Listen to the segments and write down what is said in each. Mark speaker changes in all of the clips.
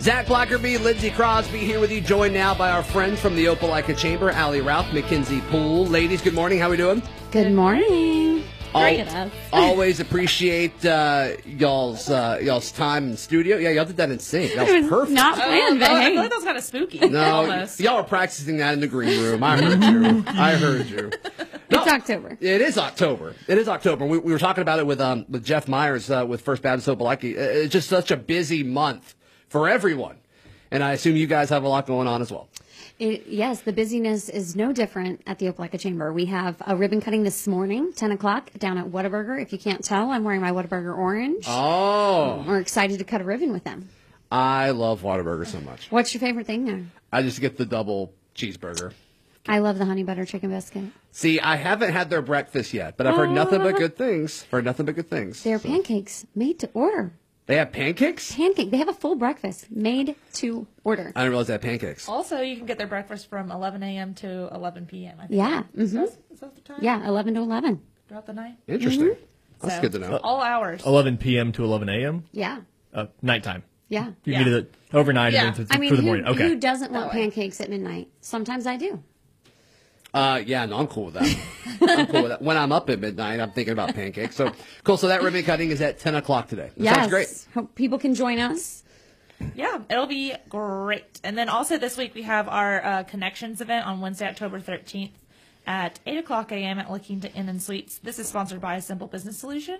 Speaker 1: Zach Blackerby, Lindsey Crosby here with you, joined now by our friends from the Opelika Chamber, Allie Ralph, Mackenzie Poole. Ladies, good morning. How we doing?
Speaker 2: Good morning.
Speaker 1: Al-
Speaker 2: Great enough.
Speaker 1: always appreciate uh, y'all's uh, y'all's time in studio. Yeah, y'all did that in sync. That was perfect.
Speaker 3: Oh,
Speaker 2: Not planned, but
Speaker 4: I
Speaker 2: hey.
Speaker 4: feel like that was kind of spooky.
Speaker 1: no, y-
Speaker 4: almost.
Speaker 1: y'all are practicing that in the green room. I heard you. I heard you.
Speaker 2: It's October.
Speaker 1: It is October. It is October. We, we were talking about it with um with Jeff Myers uh, with First Baptist Opelika. Uh, It's just such a busy month for everyone, and I assume you guys have a lot going on as well.
Speaker 2: It, yes, the busyness is no different at the Opelika Chamber. We have a ribbon cutting this morning, 10 o'clock, down at Whataburger. If you can't tell, I'm wearing my Whataburger orange.
Speaker 1: Oh,
Speaker 2: We're excited to cut a ribbon with them.
Speaker 1: I love Whataburger so much.
Speaker 2: What's your favorite thing there?
Speaker 1: I just get the double cheeseburger.
Speaker 2: I love the honey butter chicken biscuit.
Speaker 1: See, I haven't had their breakfast yet, but I've heard nothing but good things. Heard nothing but good things.
Speaker 2: They're pancakes made to order.
Speaker 1: They have pancakes.
Speaker 2: Pancake. They have a full breakfast made to order.
Speaker 3: Uh.
Speaker 1: I didn't realize they had pancakes.
Speaker 4: Also, you can get their breakfast from 11 a.m. to 11 p.m. I think.
Speaker 2: Yeah.
Speaker 4: Is
Speaker 2: hmm
Speaker 4: that,
Speaker 1: Mm-hmm.
Speaker 4: is that the time?
Speaker 2: Yeah, 11 to 11.
Speaker 4: Throughout the night.
Speaker 1: Interesting. That's
Speaker 2: Mm-hmm.
Speaker 4: So,
Speaker 1: good to know. Oh.
Speaker 4: All hours.
Speaker 3: 11 p.m. to 11 a.m.
Speaker 2: Yeah.
Speaker 3: Uh, nighttime.
Speaker 2: Yeah.
Speaker 3: You
Speaker 4: Yeah.
Speaker 3: can do the overnight
Speaker 4: Yeah.
Speaker 3: and then to,
Speaker 2: I mean,
Speaker 3: for the
Speaker 2: who,
Speaker 3: morning. Okay.
Speaker 2: who doesn't want
Speaker 4: way.
Speaker 2: pancakes at midnight? Sometimes I do.
Speaker 1: Uh, yeah, no, I'm cool with that. I'm cool with that. When I'm up at midnight, I'm thinking about pancakes. So cool. So that ribbon cutting is at 10 o'clock today. That
Speaker 2: yes.
Speaker 1: Sounds great.
Speaker 2: Hope people can join us.
Speaker 4: Yeah, it'll be great. And then also this week we have our uh, connections event on Wednesday, October 13th at 8 o'clock a.m. at La Quinta Inn and Suites. This is sponsored by Simple Business Solution.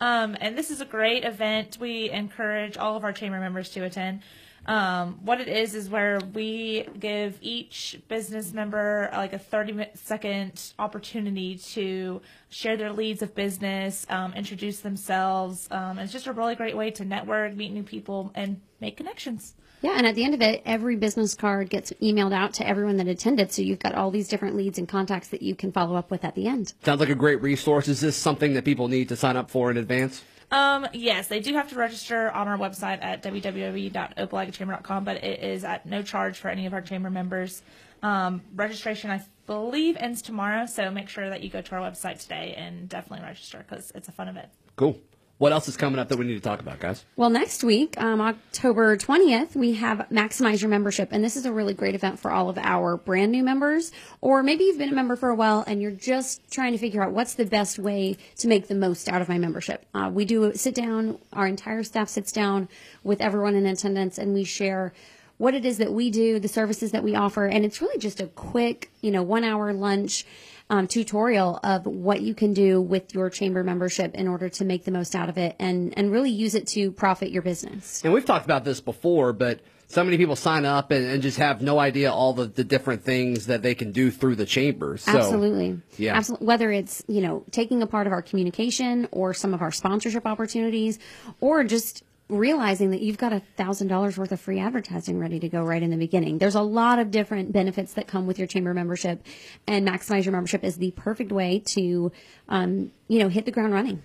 Speaker 4: Um, and this is a great event. We encourage all of our chamber members to attend. Um, what it is is where we give each business member uh, like a 30 mi- second opportunity to share their leads of business, um, introduce themselves. Um, it's just a really great way to network, meet new people, and make connections.
Speaker 2: Yeah, and at the end of it, every business card gets emailed out to everyone that attended. So you've got all these different leads and contacts that you can follow up with at the end.
Speaker 1: Sounds like a great resource. Is this something that people need to sign up for in advance?
Speaker 4: Um, yes, they do have to register on our website at www.opelagachamber.com, but it is at no charge for any of our chamber members. Um, registration, I believe, ends tomorrow, so make sure that you go to our website today and definitely register because it's a fun event.
Speaker 1: Cool. What else is coming up that we need to talk about, guys?
Speaker 2: Well, next week, um, October 20th, we have Maximize Your Membership. And this is a really great event for all of our brand new members. Or maybe you've been a member for a while and you're just trying to figure out what's the best way to make the most out of my membership. Uh, we do a sit down, our entire staff sits down with everyone in attendance, and we share what it is that we do, the services that we offer, and it's really just a quick, you know, one hour lunch um, tutorial of what you can do with your chamber membership in order to make the most out of it and and really use it to profit your business.
Speaker 1: And we've talked about this before, but so many people sign up and, and just have no idea all the, the different things that they can do through the chamber. So,
Speaker 2: Absolutely.
Speaker 1: yeah.
Speaker 2: Absolutely. Whether it's, you know, taking a part of our communication or some of our sponsorship opportunities or just realizing that you've got a thousand dollars worth of free advertising ready to go right in the beginning. There's a lot of different benefits that come with your chamber membership and maximize your membership is the perfect way to, um, you know, hit the ground running.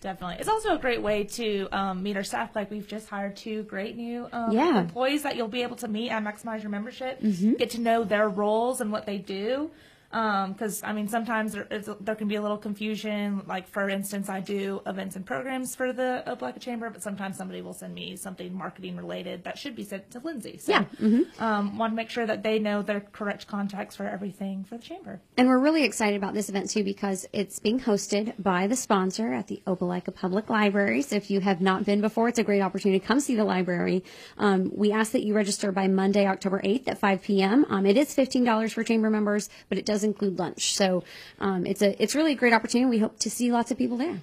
Speaker 4: Definitely. It's also a great way to um, meet our staff. Like, we've just hired two great new um,
Speaker 2: Yeah. Mm-hmm.
Speaker 4: employees that you'll be able to meet at Maximize Your Membership, get to know their roles and what they do. Because, I mean, sometimes there, is, there can be a little confusion. Like, for instance, I do events and programs for the Opelika Chamber, but sometimes somebody will send me something marketing related that should be sent to Lindsay. So,
Speaker 2: Yeah. Mm-hmm.
Speaker 4: um, want to make sure that they know their correct contacts for everything for the chamber.
Speaker 2: And we're really excited about this event too because it's being hosted by the sponsor at the Opelika Public Library. So if you have not been before, it's a great opportunity to come see the library. Um, we ask that you register by Monday, October 8th at 5 p.m. Um, it is $15 for chamber members, but it does include lunch. So um, it's a it's really a great opportunity. We hope to see lots of people there.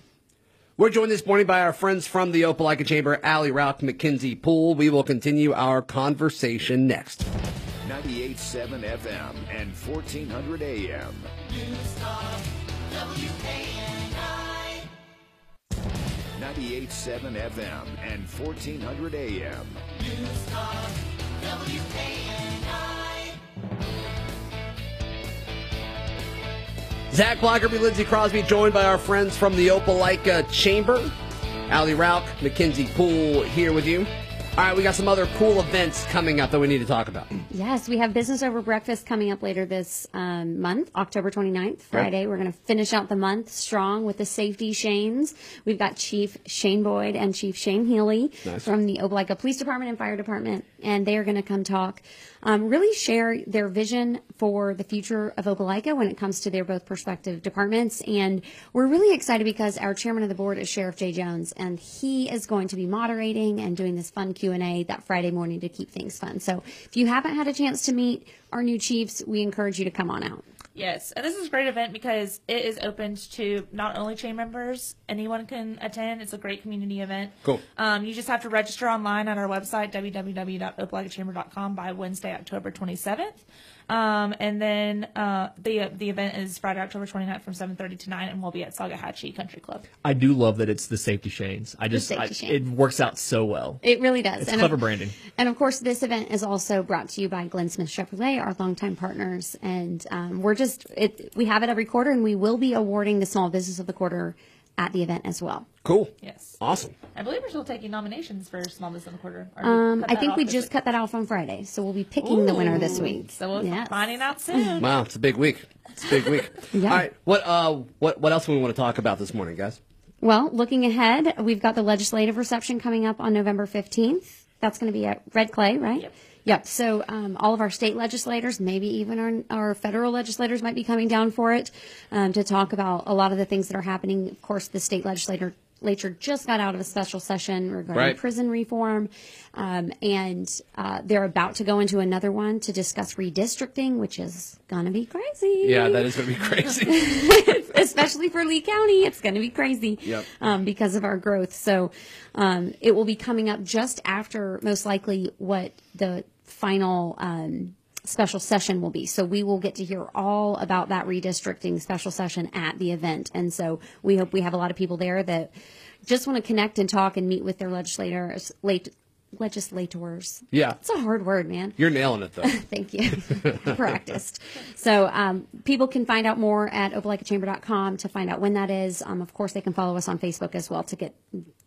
Speaker 1: We're joined this morning by our friends from the Opelika Chamber, Allie Ralph, Mackenzie Poole. We will continue our conversation next.
Speaker 5: 98.7 FM and 1400 AM. News Talk WKNI. 98.7 FM and 1400 AM.
Speaker 1: Zach Blackerby, Lindsey Crosby, joined by our friends from the Opelika Chamber. Allie Rauch, Mackenzie Poole here with you. All right, we got some other cool events coming up that we need to talk about.
Speaker 2: Yes, we have Business Over Breakfast coming up later this um, month, October 29th, Friday. We're going to finish out the month strong with the Safety Shanes. We've got Chief Shane Boyd and Chief Shane Healy from the Opelika Police Department and Fire Department, and they are going to come talk, um, really share their vision for the future of Opelika when it comes to their both prospective departments. And we're really excited because our chairman of the board is Sheriff Jay Jones, and he is going to be moderating and doing this fun Q and A that Friday morning to keep things fun. So if you haven't had a chance to meet our new chiefs, we encourage you to come on out.
Speaker 4: Yes, and this is a great event because it is open to not only chain members, anyone can attend. It's a great community event.
Speaker 1: Cool.
Speaker 4: Um, you just have to register online on our website, www.opelagachamber.com, by Wednesday, October 27th. Um, and then uh, the the event is Friday, October 29th from 7.30 to 9, and we'll be at Sagahatchee Country Club.
Speaker 3: I do love that it's the safety chains. I just
Speaker 2: safety
Speaker 3: I,
Speaker 2: chain.
Speaker 3: it works out so well.
Speaker 2: It really does.
Speaker 3: It's clever branding.
Speaker 2: And of course, this event is also brought to you by Glenn Smith Chevrolet, our longtime partners, and um, we're just it, we have it every quarter, and we will be awarding the Small Business of the Quarter at the event as well.
Speaker 1: Cool.
Speaker 4: Yes.
Speaker 1: Awesome.
Speaker 4: I believe we're still taking nominations for Small Business in the Quarter. Or we
Speaker 2: Um,
Speaker 4: cut
Speaker 2: I
Speaker 4: that
Speaker 2: think
Speaker 4: off
Speaker 2: we
Speaker 4: this
Speaker 2: just
Speaker 4: week.
Speaker 2: cut that off on Friday, so we'll be picking the winner this week.
Speaker 4: So we'll be
Speaker 2: Yes.
Speaker 4: finding out soon.
Speaker 1: Wow, it's a big week. It's a big week.
Speaker 2: Yeah.
Speaker 1: All right, what uh, what what else do we want to talk about this morning, guys?
Speaker 2: Well, looking ahead, we've got the legislative reception coming up on November 15th. That's going to be at Red Clay, right?
Speaker 4: Yep.
Speaker 2: Yep. So um, all of our state legislators, maybe even our, our federal legislators, might be coming down for it um, to talk about a lot of the things that are happening. Of course, the state legislator. Legislature just got out of a special session regarding
Speaker 1: Right.
Speaker 2: prison reform, um, and uh, they're about to go into another one to discuss redistricting, which is gonna be crazy
Speaker 1: Yeah, that is going to be crazy.
Speaker 2: especially for Lee County. It's going to be crazy
Speaker 1: Yep.
Speaker 2: um, because of our growth. So um, it will be coming up just after, most likely, what the final um, special session will be. So we will get to hear all about that redistricting special session at the event. And so we hope we have a lot of people there that just want to connect and talk and meet with their legislators, late, legislators.
Speaker 1: yeah,
Speaker 2: It's a hard word, man.
Speaker 1: you're nailing it though.
Speaker 2: Thank you. I practiced. So um, people can find out more at opelika.chamber.com to find out when that is. Um, of course, they can follow us on Facebook as well to get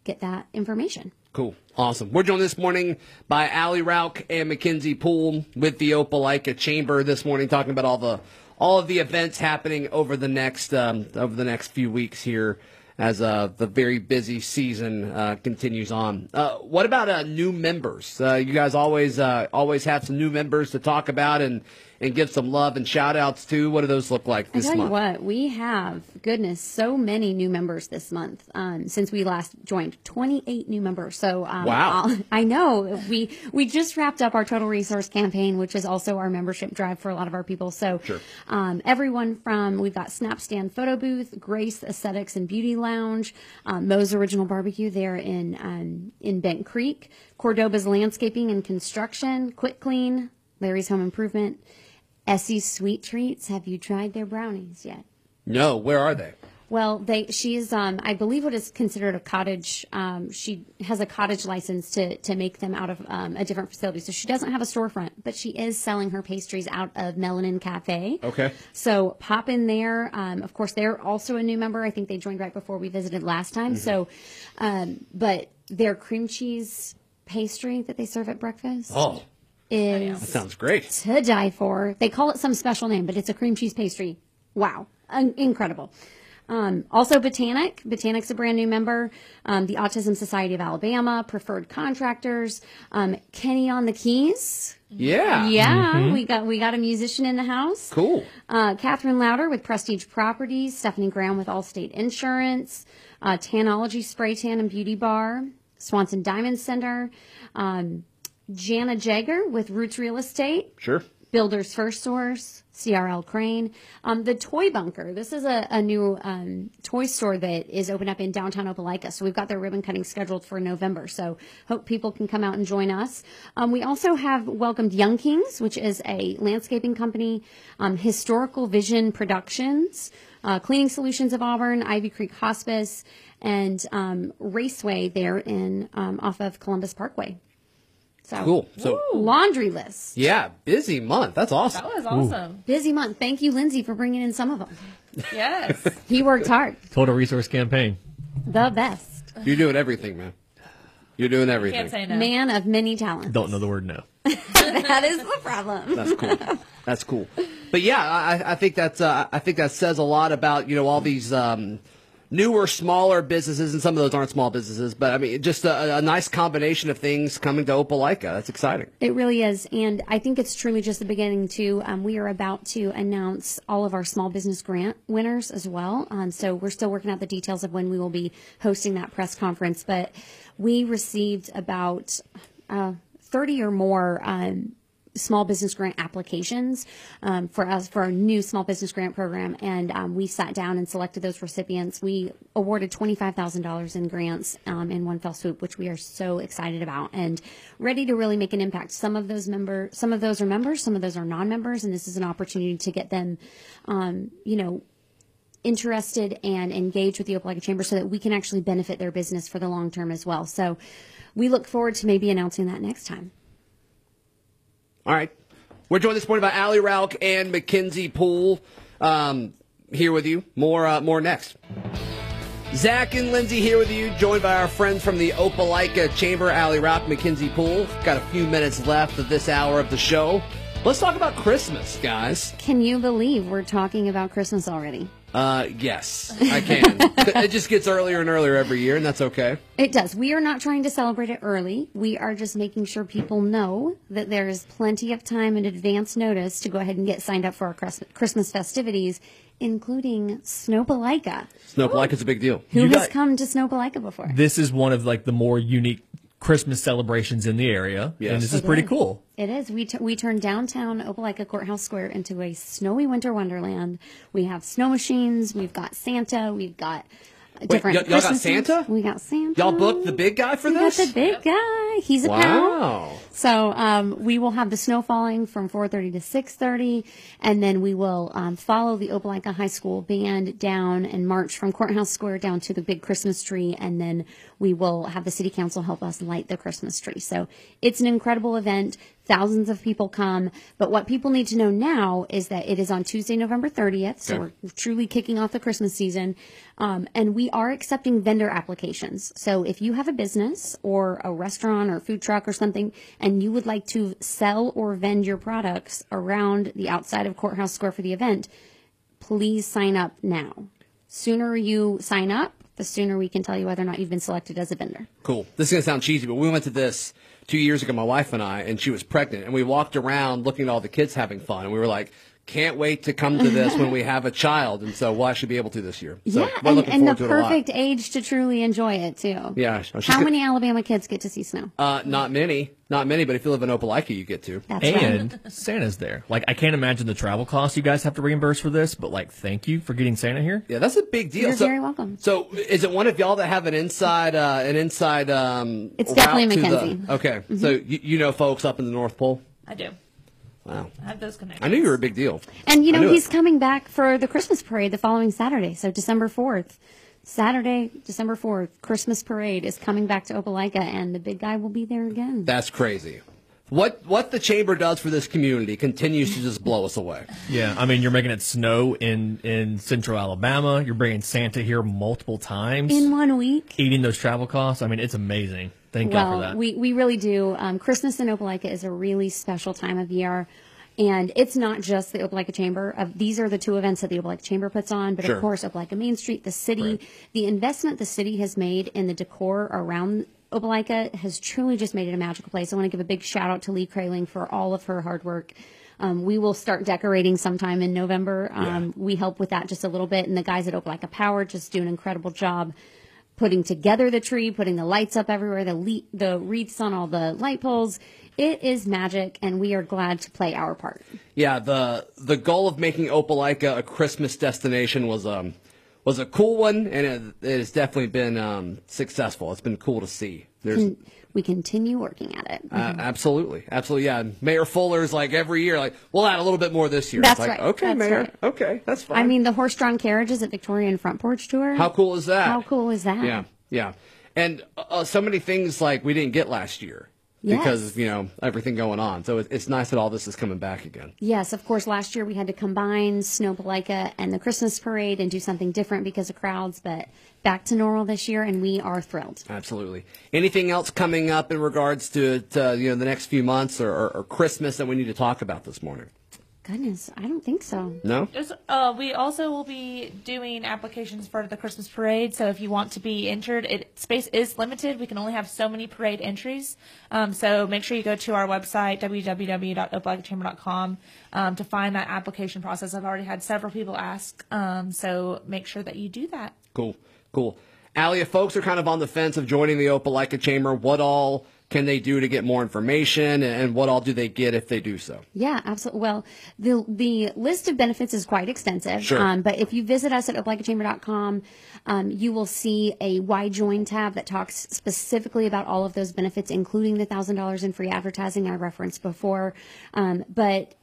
Speaker 2: get that information.
Speaker 1: Cool. Awesome. We're joined this morning by Allie Rauch and Mackenzie Poole with the Opelika Chamber this morning, talking about all the all of the events happening over the next um, over the next few weeks here as uh, the very busy season uh, continues on. Uh, what about uh, new members? Uh, you guys always uh, always have some new members to talk about and and give some love and shout outs to. What do those look like
Speaker 2: I
Speaker 1: this
Speaker 2: tell
Speaker 1: month?
Speaker 2: you what, we have goodness so many new members this month um, since we last joined. Twenty eight new members. So um,
Speaker 1: Wow.
Speaker 2: I'll- I know we we just wrapped up our total resource campaign, which is also our membership drive for a lot of our people. So
Speaker 1: Sure.
Speaker 2: um, everyone from we've got Snap Stand Photo Booth, Grace Aesthetics and Beauty Lounge, um, Moe's Original Barbecue there in um, in Bent Creek, Cordoba's Landscaping and Construction, Quick Clean, Larry's Home Improvement. Essie's Sweet Treats. Have you tried their brownies yet?
Speaker 1: No, where are they?
Speaker 2: Well, they she is um, I believe what is considered a cottage. Um, she has a cottage license to to make them out of um, a different facility, so she doesn't have a storefront, but she is selling her pastries out of Melanin Cafe.
Speaker 1: Okay.
Speaker 2: So pop in there. Um, of course, they're also a new member. I think they joined right before we visited last time.
Speaker 1: Mm-hmm.
Speaker 2: So, um, but their cream cheese pastry that they serve at breakfast
Speaker 1: Oh,
Speaker 2: is
Speaker 1: sounds great.
Speaker 2: to die for. They call it some special name, but it's a cream cheese pastry. Wow, Un- incredible. Um, also, Botanic. Botanic's a brand new member. Um, the Autism Society of Alabama, Preferred Contractors, um, Kenny on the Keys.
Speaker 1: Yeah.
Speaker 2: Yeah, we got we got a musician in the house.
Speaker 1: Cool.
Speaker 2: Uh, Catherine Louder with Prestige Properties, Stephanie Graham with Allstate Insurance, uh, Tanology Spray Tan and Beauty Bar, Swanson Diamond Center, um, Jana Jager with Roots Real Estate,
Speaker 1: Sure.
Speaker 2: Builders First Source, CRL Crane, um, the Toy Bunker. This is a, a new um, toy store that is open up in downtown Opelika. So we've got their ribbon cutting scheduled for November. So hope people can come out and join us. Um, we also have welcomed Young Kings, which is a landscaping company, um, Historical Vision Productions, uh, Cleaning Solutions of Auburn, Ivy Creek Hospice, and um, Raceway there in um, off of Columbus Parkway. So
Speaker 1: Cool. So.
Speaker 2: laundry list.
Speaker 1: Yeah, busy month. That's awesome.
Speaker 4: That was awesome.
Speaker 2: Busy month. Thank you, Lindsay, for bringing in some of them.
Speaker 4: Yes.
Speaker 2: He worked hard.
Speaker 3: Total resource campaign.
Speaker 2: The best.
Speaker 1: You're doing everything, man. You're doing
Speaker 4: Can't say
Speaker 1: everything.
Speaker 4: no.
Speaker 2: Man of many talents.
Speaker 3: Don't know the word no.
Speaker 2: that is the problem.
Speaker 1: That's cool. That's cool. But yeah, I, I think that's uh, I think that says a lot about you know all these um, newer, smaller businesses, and some of those aren't small businesses. But I mean, just a, a nice combination of things coming to Opelika. That's exciting.
Speaker 2: It really is. And I think it's truly just the beginning, too. Um, we are about to announce all of our small business grant winners as well. Um, so we're still working out the details of when we will be hosting that press conference. But we received about uh, 30 or more. Um, small business grant applications um, for us for our new small business grant program and um, we sat down and selected those recipients we awarded $25000 in grants um, in one fell swoop which we are so excited about and ready to really make an impact some of those member some of those are members some of those are non-members and this is an opportunity to get them um, you know interested and engaged with the Opelika Chamber so that we can actually benefit their business for the long term as well. So we look forward to maybe announcing that next time.
Speaker 1: All right. We're joined this morning by Ali Ralk and Mackenzie Poole um, here with you. More, uh, more next. Zach and Lindsay here with you, joined by our friends from the Opelika Chamber, Ali Ralk, Mackenzie Poole. Got a few minutes left of this hour of the show. Let's talk about Christmas, guys.
Speaker 2: Can you believe we're talking about Christmas already?
Speaker 1: Uh, yes, I can. it just gets earlier and earlier every year, and that's okay.
Speaker 2: It does. We are not trying to celebrate it early. We are just making sure people know that there is plenty of time and advance notice to go ahead and get signed up for our Christ- Christmas festivities, including Snowpalika.
Speaker 1: Snow Black is a big deal.
Speaker 2: Who
Speaker 3: You
Speaker 2: has
Speaker 3: got-
Speaker 2: come to Snowpalika before?
Speaker 3: This is one of like the more unique Christmas celebrations in the area,
Speaker 1: Yes.
Speaker 3: and this
Speaker 1: It
Speaker 3: is pretty
Speaker 2: is.
Speaker 3: cool.
Speaker 2: It is. We, t- we turned downtown Opelika Courthouse Square into a snowy winter wonderland. We have snow machines. We've got Santa. We've got different.
Speaker 1: y- y'all got
Speaker 2: Christmas
Speaker 1: Santa?
Speaker 2: lights. We got Santa.
Speaker 1: Y'all booked the big guy for
Speaker 2: We got
Speaker 1: this?
Speaker 2: the big guy. He's a pal.
Speaker 1: wow.
Speaker 2: So um, we will have the snow falling from 4:30 to 6:30, and then we will um, follow the Opelika High School band down and march from Courthouse Square down to the big Christmas tree, and then we will have the City Council help us light the Christmas tree. So it's an incredible event. Thousands of people come, but what people need to know now is that it is on Tuesday, November 30th. So
Speaker 1: Okay.
Speaker 2: we're truly kicking off the Christmas season, um, and we are accepting vendor applications. So if you have a business or a restaurant or food truck or something, and you would like to sell or vend your products around the outside of Courthouse Square for the event, please sign up now. Sooner you sign up, the sooner we can tell you whether or not you've been selected as a vendor.
Speaker 1: Cool. This is gonna sound cheesy, but we went to this two years ago, my wife and I, and she was pregnant, and we walked around looking at all the kids having fun, and we were like, "Can't wait to come to this when we have a child." And so, well, I should be able to this year. So
Speaker 2: yeah,
Speaker 1: we're
Speaker 2: and,
Speaker 1: looking
Speaker 2: and the
Speaker 1: forward to it a lot.
Speaker 2: perfect age to truly enjoy it too.
Speaker 1: Yeah, she's
Speaker 2: How
Speaker 1: good-
Speaker 2: many Alabama kids get to see snow?
Speaker 1: Uh, not many, not many, but if you live in Opelika, you get to.
Speaker 2: That's right.
Speaker 3: And Santa's there. Like I can't imagine the travel costs you guys have to reimburse for this, but like thank you for getting Santa here.
Speaker 1: Yeah, that's a big deal.
Speaker 2: You're very welcome.
Speaker 1: So, is it one of y'all that have an inside, uh, an inside? Um,
Speaker 2: It's
Speaker 1: route
Speaker 2: definitely
Speaker 1: to the-
Speaker 2: Mackenzie. Mm-hmm.
Speaker 1: okay, so you, you know folks up in the North Pole.
Speaker 4: I do.
Speaker 1: Wow,
Speaker 4: I have those connections.
Speaker 1: I knew you were a big deal.
Speaker 2: And you
Speaker 1: I
Speaker 2: know
Speaker 1: knew it.
Speaker 2: he's coming back for the Christmas parade the following Saturday, so December fourth. Saturday, December fourth, Christmas parade is coming back to Opelika, and the big guy will be there again.
Speaker 1: That's crazy. What what the chamber does for this community continues to just blow us away.
Speaker 3: Yeah, I mean you're making it snow in in central Alabama. You're bringing Santa here multiple times.
Speaker 2: In one week.
Speaker 3: eating those travel costs. I mean it's amazing. Thank God for
Speaker 2: Well,
Speaker 3: that.
Speaker 2: we we really do. Um, Christmas in Opelika is a really special time of year. And it's not just the Opelika Chamber. Of, these are the two events that the Opelika Chamber puts on, but
Speaker 1: Sure.
Speaker 2: of course, Opelika Main Street, the city, the investment the city has made in the decor around Opelika has truly just made it a magical place. I want to give a big shout out to Lee Kraling for all of her hard work. Um, we will start decorating sometime in November. Um, We help with that just a little bit, and the guys at Opelika Power just do an incredible job putting together the tree, putting the lights up everywhere, the le- the wreaths on all the light poles. It is magic, and we are glad to play our part.
Speaker 1: Yeah, the the goal of making Opelika a Christmas destination was um was a cool one, and it, it has definitely been um, successful. It's been cool to see. There's
Speaker 2: We continue working at it.
Speaker 1: uh, absolutely, absolutely, yeah. And Mayor Fuller's like every year, like we'll add a little bit more this year.
Speaker 2: That's
Speaker 1: it's like,
Speaker 2: right.
Speaker 1: Okay,
Speaker 2: That's
Speaker 1: Mayor.
Speaker 2: right.
Speaker 1: Okay, that's fine.
Speaker 2: I mean, the horse-drawn carriages at Victoria and Front Porch Tour.
Speaker 1: how cool is that?
Speaker 2: How cool is that?
Speaker 1: Yeah, yeah. And uh, so many things like we didn't get last year. because
Speaker 2: Yes.
Speaker 1: you know everything going on. So it, it's nice that all this is coming back again.
Speaker 2: Yes, of course. Last year we had to combine Snowbalika and the Christmas parade and do something different because of crowds, but back to normal this year, and we are thrilled.
Speaker 1: Absolutely. Anything else coming up in regards to, to you know the next few months or, or, or Christmas that we need to talk about this morning?
Speaker 2: Goodness, I don't think so.
Speaker 1: No.
Speaker 4: There's, uh, we also will be doing applications for the Christmas parade. So if you want to be entered, it space is limited. We can only have so many parade entries. Um, so make sure you go to our website www.opelagachamber.com um, to find that application process. I've already had several people ask. Um, so make sure that you do that.
Speaker 1: Cool. Cool. Allie, if folks are kind of on the fence of joining the Opelika Chamber, what all can they do to get more information, and- and what all do they get if they do so?
Speaker 2: Yeah, absolutely. Well, the the list of benefits is quite extensive.
Speaker 1: Sure.
Speaker 2: Um, but if you visit us at obligachamber.com, um, you will see a Why Join tab that talks specifically about all of those benefits, including the $1,000 in free advertising I referenced before. Um, but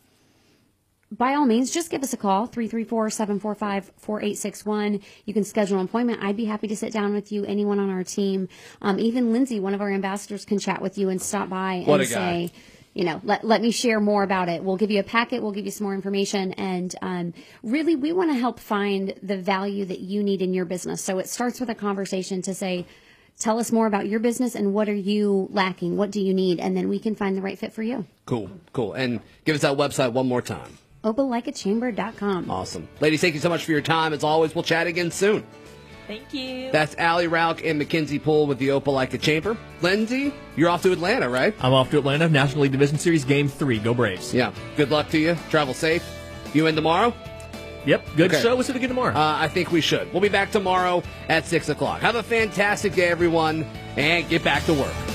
Speaker 2: by all means, just give us a call, 334 745 4861. You can schedule an appointment. I'd be happy to sit down with you, anyone on our team. Um, even Lindsay, one of our ambassadors, can chat with you and stop by
Speaker 1: What
Speaker 2: and
Speaker 1: a guy.
Speaker 2: say, you know, let, let me share more about it. We'll give you a packet, we'll give you some more information. And um, really, we want to help find the value that you need in your business. So it starts with a conversation to say, tell us more about your business and what are you lacking? What do you need? And then we can find the right fit for you.
Speaker 1: Cool. Cool. And give us that website one more time.
Speaker 2: Obalikeachamber.com.
Speaker 1: Awesome. Ladies, thank you so much for your time. As always, we'll chat again soon.
Speaker 4: Thank you.
Speaker 1: That's Allie Rauch and Mackenzie Poole with the Opelika Chamber. Lindsay, you're off to Atlanta, right?
Speaker 3: I'm off to Atlanta, National League Division Series Game 3. Go Braves.
Speaker 1: Yeah. Good luck to you. Travel safe. You in tomorrow?
Speaker 3: Yep, good
Speaker 1: Okay.
Speaker 3: show. We'll see you again tomorrow.
Speaker 1: Uh, I think we should. We'll be back tomorrow at 6 o'clock. Have a fantastic day, everyone, and get back to work.